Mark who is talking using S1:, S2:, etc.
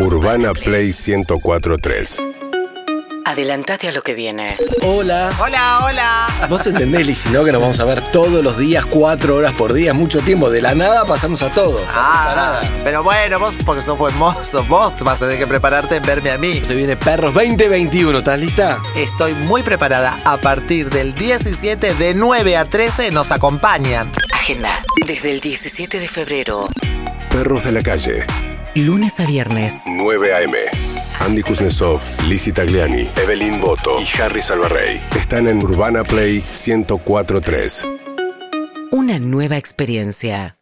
S1: Urbana Play 1043.
S2: Adelantate a lo que viene.
S3: Hola.
S4: Hola, hola.
S3: Vos entendés, Lizy, ¿no? Que nos vamos a ver todos los días, cuatro horas por día, es mucho tiempo. De la nada pasamos a todo.
S4: Ah, pero bueno, vos porque sos buen mozo, vos vas a tener que prepararte en verme a mí.
S3: Se viene Perros 2021, ¿estás lista?
S4: Estoy muy preparada. A partir del 17 de 9 a 13 nos acompañan.
S2: Agenda. Desde el 17 de febrero,
S1: Perros de la calle.
S2: lunes a viernes,
S1: 9 AM. Andy Kuznetsov, Lizzie Tagliani, Evelyn Boto y Harry Salvarrey están en Urbana Play 1043.
S2: una nueva experiencia.